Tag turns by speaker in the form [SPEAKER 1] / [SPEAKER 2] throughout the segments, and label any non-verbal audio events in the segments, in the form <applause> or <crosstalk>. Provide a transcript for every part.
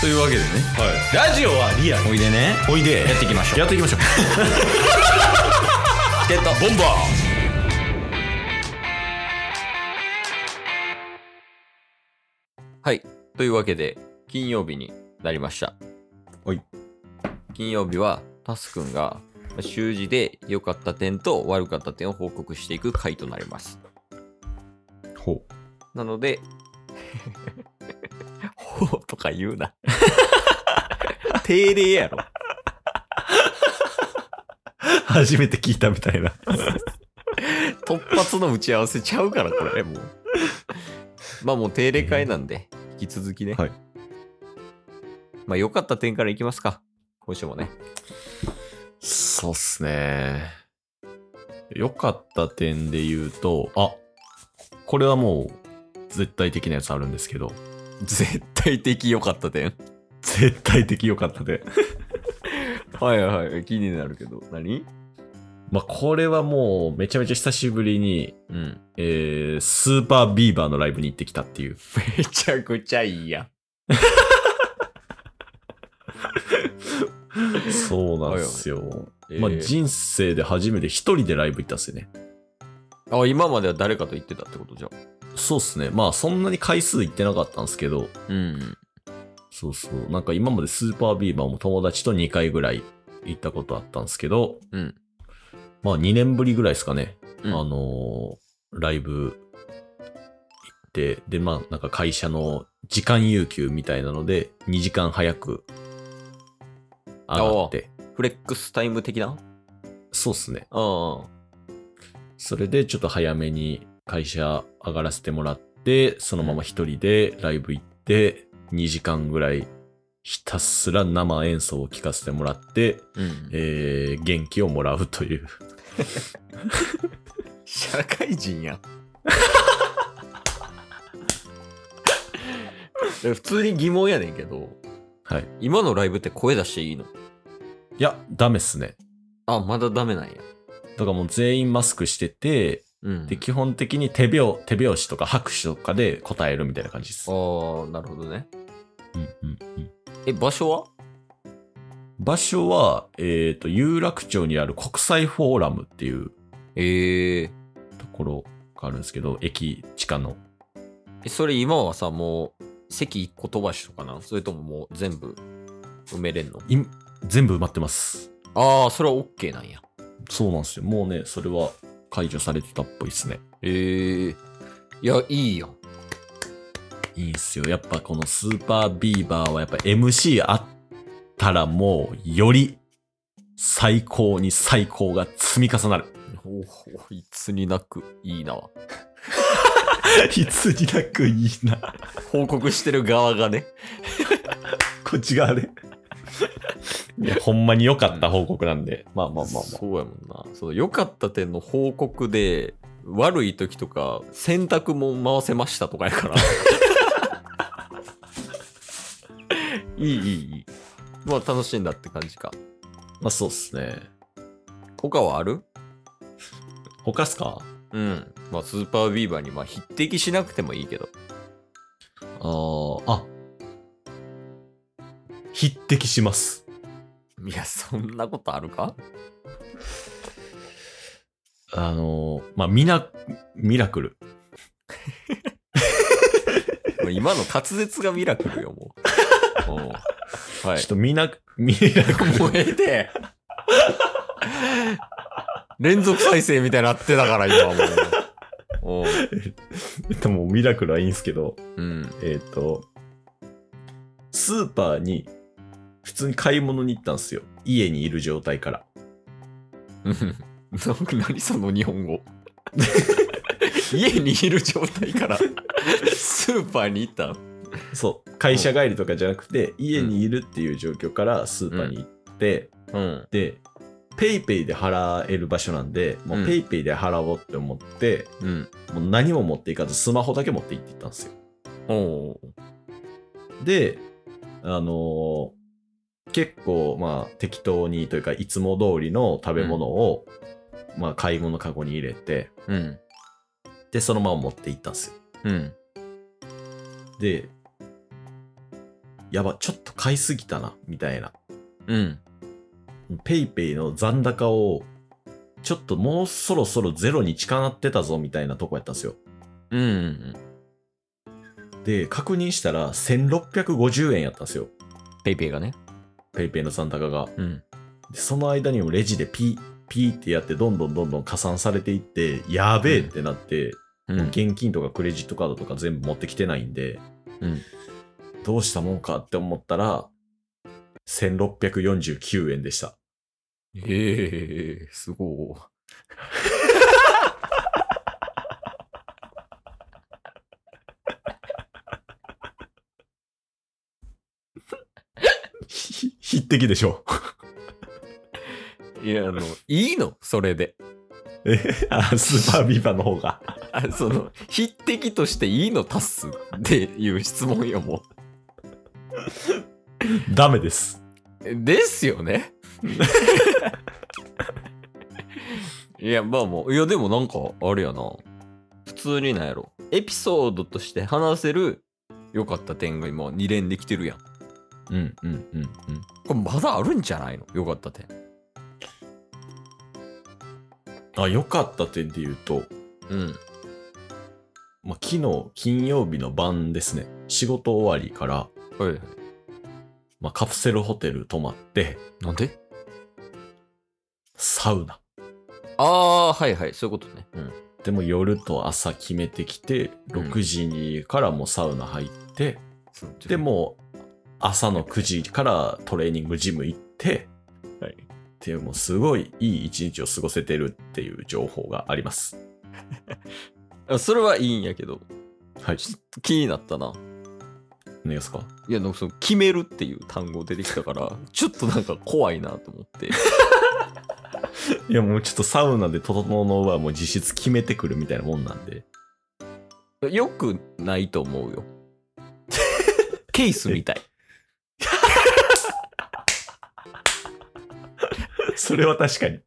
[SPEAKER 1] というわけでね
[SPEAKER 2] ラジオはリアル
[SPEAKER 1] おいでね
[SPEAKER 2] おいで
[SPEAKER 1] やっていきましょう
[SPEAKER 2] やっていきましょう
[SPEAKER 1] チケットボンバーはいというわけで金曜日になりました
[SPEAKER 2] はい
[SPEAKER 1] 金曜日はタスくんが習字で良かった点と悪かった点を報告していく回となります
[SPEAKER 2] ほう
[SPEAKER 1] なので、 <laughs> ほうとか言う <laughs> な。定例やろ。
[SPEAKER 2] 初めて聞いたみたいな
[SPEAKER 1] 突発の打ち合わせちゃうから、これ、 <laughs> もう。まあもう定例会なんで、引き続きね。
[SPEAKER 2] はい
[SPEAKER 1] まあ良かった点からいきますか。今週もね。
[SPEAKER 2] そうっすね良かった点で言うとあこれはもう絶対的なやつあるんですけど
[SPEAKER 1] 絶対的良かった点。
[SPEAKER 2] 絶対的良かった点
[SPEAKER 1] はいはい、気になるけど。何
[SPEAKER 2] まあこれはもうめちゃめちゃ久しぶりに、
[SPEAKER 1] うん。
[SPEAKER 2] えー、スーパービーバーのライブに行ってきたっていう
[SPEAKER 1] めちゃくちゃいいやん。
[SPEAKER 2] そうなんですよ、
[SPEAKER 1] はい
[SPEAKER 2] まあ
[SPEAKER 1] えー
[SPEAKER 2] 人生で初めて一人でライブ行ったっすよね
[SPEAKER 1] あ、今までは誰かと言ってたってことじゃ。
[SPEAKER 2] そうっすねまあそんなに回数行ってなかったんですけど
[SPEAKER 1] うん。
[SPEAKER 2] そうそう。なんか今までスーパービーバーも友達と2回ぐらい行ったことあったんですけど、
[SPEAKER 1] うん
[SPEAKER 2] まあ2年ぶりぐらいですかね。
[SPEAKER 1] うん
[SPEAKER 2] あのーライブ行って、で、まあなんか会社の時間有給みたいなので、2時間早く上がって、
[SPEAKER 1] フレックスタイム的な
[SPEAKER 2] そうっすね。
[SPEAKER 1] うん。
[SPEAKER 2] それでちょっと早めに会社上がらせてもらって、そのまま一人でライブ行って、2時間ぐらいひたすら生演奏を聴かせてもらって、
[SPEAKER 1] うん。
[SPEAKER 2] えー元気をもらうという。
[SPEAKER 1] 社会人やん。 <laughs> 普通に疑問やねんけど、
[SPEAKER 2] はい。
[SPEAKER 1] 今のライブって声出していいの
[SPEAKER 2] いや、ダメっすね。
[SPEAKER 1] あ、まだダメなんや。
[SPEAKER 2] だからもう全員マスクしてて、
[SPEAKER 1] うん。
[SPEAKER 2] で、基本的に手拍、手拍子とか拍手とかで答えるみたいな感じです。
[SPEAKER 1] ああ、なるほどね。
[SPEAKER 2] うんうんうん
[SPEAKER 1] え、場所は
[SPEAKER 2] 場所は、えっ、と、有楽町にある国際フォーラムっていう
[SPEAKER 1] ええ
[SPEAKER 2] ところがあるんですけど、駅地下の。
[SPEAKER 1] えそれ今はさ、もう、席一個飛ばしとかなんそれとももう全部埋めれんの
[SPEAKER 2] い全部埋まってます。
[SPEAKER 1] ああ、それは OK なんや。
[SPEAKER 2] そうなんですよ。もうね、それは解除されてたっぽいですね。
[SPEAKER 1] ええいや、いいやん。
[SPEAKER 2] いいんすよ。やっぱこのスーパービーバーはやっぱ MC あったらもうより最高に最高が積み重なる。
[SPEAKER 1] おお、いつになくいいな。
[SPEAKER 2] <laughs> いつになくいいな。
[SPEAKER 1] 報告してる側がね。
[SPEAKER 2] こっち側で。 <laughs> いや、ほんまに良かった報告なんで。まあまあまあまあ。
[SPEAKER 1] そうやもんなその良かった点の報告で悪い時とか洗濯も回せましたとかやからいいいいいいまあ楽しんだって感じか
[SPEAKER 2] まあそうっすね。
[SPEAKER 1] 他はある
[SPEAKER 2] 他っすか
[SPEAKER 1] うんまあスーパービーバーにまあ匹敵しなくてもいいけど
[SPEAKER 2] あーあ。匹敵します。
[SPEAKER 1] いやそんなことあるか
[SPEAKER 2] あのー、まあミナ、ミラクル。
[SPEAKER 1] もう今の滑舌がミラクルよもう
[SPEAKER 2] <laughs>
[SPEAKER 1] うんは
[SPEAKER 2] ちょ
[SPEAKER 1] い
[SPEAKER 2] っとミナ、 <laughs> ミラクル。
[SPEAKER 1] もうええで連続再生みたいになってたから今もううん
[SPEAKER 2] でもミラクルはいいんすけど。
[SPEAKER 1] うん。 <laughs>
[SPEAKER 2] えっ、と、スーパーに普通に買い物に行ったんですよ。家にいる状態から。
[SPEAKER 1] 何その日本語。家にいる状態からスーパーに行ったの
[SPEAKER 2] そう。会社帰りとかじゃなくて、家にいるっていう状況からスーパーに行って、
[SPEAKER 1] うん。
[SPEAKER 2] で、ペイペイで払える場所なんで、もううんペイペイで払おうって思って、
[SPEAKER 1] うん。
[SPEAKER 2] もう何も持っていかず、スマホだけ持って行って行ったんですよ。
[SPEAKER 1] おおう。
[SPEAKER 2] で、あのー結構まあ適当にというか、いつも通りの食べ物を、まあ買い物カゴに入れて、
[SPEAKER 1] うん。
[SPEAKER 2] で、そのまま持って行ったんですよ。
[SPEAKER 1] うん。
[SPEAKER 2] で、やば、ちょっと買いすぎたな、みたいな。
[SPEAKER 1] うん。
[SPEAKER 2] ペイペイの残高を、ちょっともうそろそろゼロに近なってたぞ、みたいなとこやったんですよ。
[SPEAKER 1] うんうん。
[SPEAKER 2] で、確認したら1650円やったんですよ。
[SPEAKER 1] ペイペイがね。
[SPEAKER 2] ペイペイの残高が。
[SPEAKER 1] うん。
[SPEAKER 2] でその間にもレジでピー、ピーってやって、どんどんどんどん加算されていって、やべえってなって、
[SPEAKER 1] うん。
[SPEAKER 2] 現金とかクレジットカードとか全部持ってきてないんで、
[SPEAKER 1] うん
[SPEAKER 2] どうしたもんかって思ったら、1649円でした。
[SPEAKER 1] ええすごい。
[SPEAKER 2] ひ <laughs> 匹敵でしょ。
[SPEAKER 1] いや、あの、いいのそれで。
[SPEAKER 2] え <laughs> あスーパービーバーの方が。
[SPEAKER 1] あその、匹敵としていいのタスっていう質問よ、も
[SPEAKER 2] <laughs> ダメです。
[SPEAKER 1] う。ですよね。いや、まあもう、いや、でもなんか、あれやな。普通になんやろ。エピソードとして話せる良かった点が今、2連できてるやん。こ
[SPEAKER 2] うんうんうんうん。
[SPEAKER 1] れまだあるんじゃないの良かった点。
[SPEAKER 2] あ、良かった点で言うと、
[SPEAKER 1] うん。
[SPEAKER 2] まあ、昨日金曜日の晩ですね。仕事終わりから、
[SPEAKER 1] はい。
[SPEAKER 2] まあ、カプセルホテル泊まって、
[SPEAKER 1] なんで
[SPEAKER 2] サウナ。
[SPEAKER 1] ああー、はいはい、そういうことね。うん。
[SPEAKER 2] でも夜と朝決めてきて、6時にからもうサウナ入って、で、もう朝の9時からトレーニングジム行って、
[SPEAKER 1] はい
[SPEAKER 2] っていうもうすごいいい一日を過ごせてるっていう情報があります。
[SPEAKER 1] あそれはいいんやけど、
[SPEAKER 2] はい。
[SPEAKER 1] 気になったな。
[SPEAKER 2] 何ですか
[SPEAKER 1] いや、なんかその、決めるっていう単語出てきたから、ちょっとなんか怖いなと思って。
[SPEAKER 2] いやもうちょっとサウナで整うのはもう実質決めてくるみたいなもんなんで。
[SPEAKER 1] よくないと思うよ。ケースみたい。
[SPEAKER 2] それは確かに。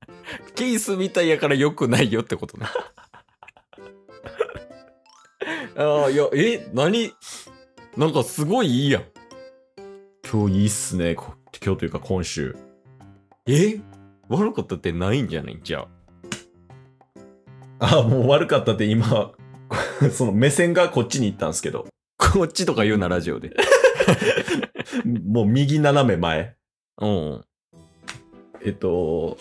[SPEAKER 1] ケースみたいやからよくないよってことね。ああ、いや、え、何なんかすごいいいやん。
[SPEAKER 2] 今日いいっすね。こ今日というか今週。
[SPEAKER 1] え悪かったってないんじゃないじゃあ。
[SPEAKER 2] あ、もう悪かったって今、 <laughs> その目線がこっちに行ったんですけど。
[SPEAKER 1] こっちとか言うな、ラジオで。
[SPEAKER 2] もう右斜め前。
[SPEAKER 1] うん。
[SPEAKER 2] えっと、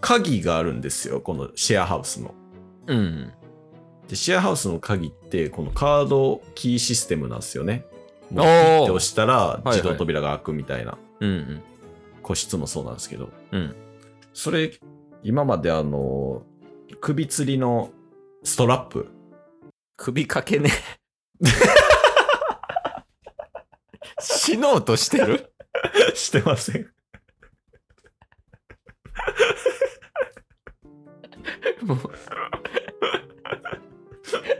[SPEAKER 2] 鍵があるんですよ、このシェアハウスの。
[SPEAKER 1] うん。
[SPEAKER 2] で、シェアハウスの鍵って、このカードキーシステムなんですよね。も
[SPEAKER 1] お
[SPEAKER 2] うピッ
[SPEAKER 1] ー
[SPEAKER 2] て押したら
[SPEAKER 1] いはい
[SPEAKER 2] 自動扉が開くみたいな、
[SPEAKER 1] うんうん。
[SPEAKER 2] 個室もそうなんですけど、
[SPEAKER 1] うん
[SPEAKER 2] それ、今まであの、首吊りのストラップ、
[SPEAKER 1] 首かけね。死のうとしてる
[SPEAKER 2] <laughs> してません。 <laughs>
[SPEAKER 1] もう。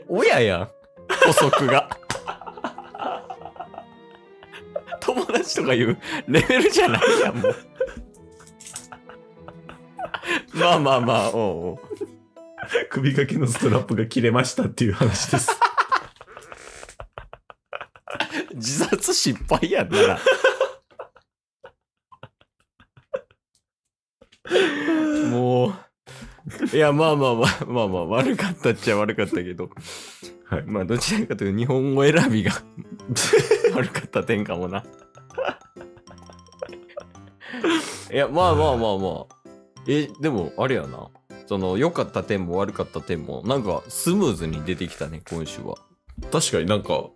[SPEAKER 1] 親やん。補足が。友達とかいうレベルじゃないやん、もう。まあまあまあ、おうおう
[SPEAKER 2] 首掛けのストラップが切れましたっていう話です。
[SPEAKER 1] 自殺失敗やんな
[SPEAKER 2] <laughs>
[SPEAKER 1] ら。もう。いや、まあまあまあ、まあまあ、悪かったっちゃ悪かったけど。
[SPEAKER 2] はい
[SPEAKER 1] まあ、どちらかというと、日本語選
[SPEAKER 2] <laughs>
[SPEAKER 1] びが悪かった点かもな。いや、まあまあまあまあ。え、でも、あれやな。その、良かった点も悪かった点も、なんか、スムーズに出てきたね、今週は。
[SPEAKER 2] <laughs> 確かになんか、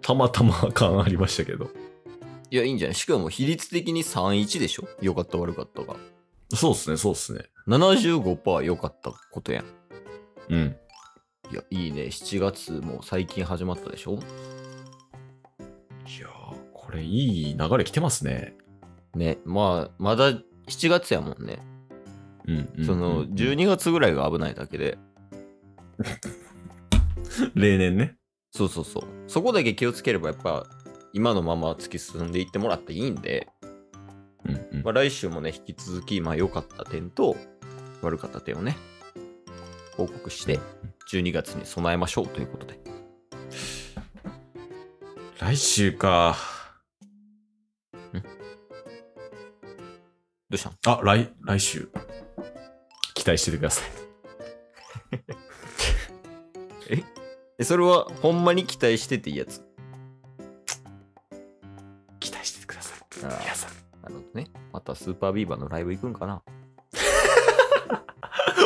[SPEAKER 2] たまたま感ありましたけど。
[SPEAKER 1] いや、いいんじゃないしかも、比率的に3-1でしょ良かった、悪かったが。
[SPEAKER 2] そうっすね、そうっすね。
[SPEAKER 1] 75%良かったことやん。
[SPEAKER 2] うん。
[SPEAKER 1] いや、いいね。7月も最近始まったでしょ
[SPEAKER 2] いやー、これいい流れ来てますね。
[SPEAKER 1] ね、まあ、まだ7月やもんね。
[SPEAKER 2] うん
[SPEAKER 1] その、12月ぐらいが危ないだけで。
[SPEAKER 2] <laughs> 例年ね。
[SPEAKER 1] そうそうそう。そこだけ気をつければ、やっぱ、今のまま突き進んでいってもらっていいんで、
[SPEAKER 2] うんうん
[SPEAKER 1] まあ、来週もね、引き続き、まあ、良かった点と、悪かった点をね、報告して、12月に備えましょうということで。
[SPEAKER 2] 来週か。
[SPEAKER 1] どうしたん
[SPEAKER 2] あ、来、来週。期待しててください。
[SPEAKER 1] え、それはほんまに期待してていいやつ。
[SPEAKER 2] 期待しててください。
[SPEAKER 1] あー
[SPEAKER 2] 皆さん。
[SPEAKER 1] なるほどね。またスーパービーバーのライブ行くんかな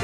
[SPEAKER 3] す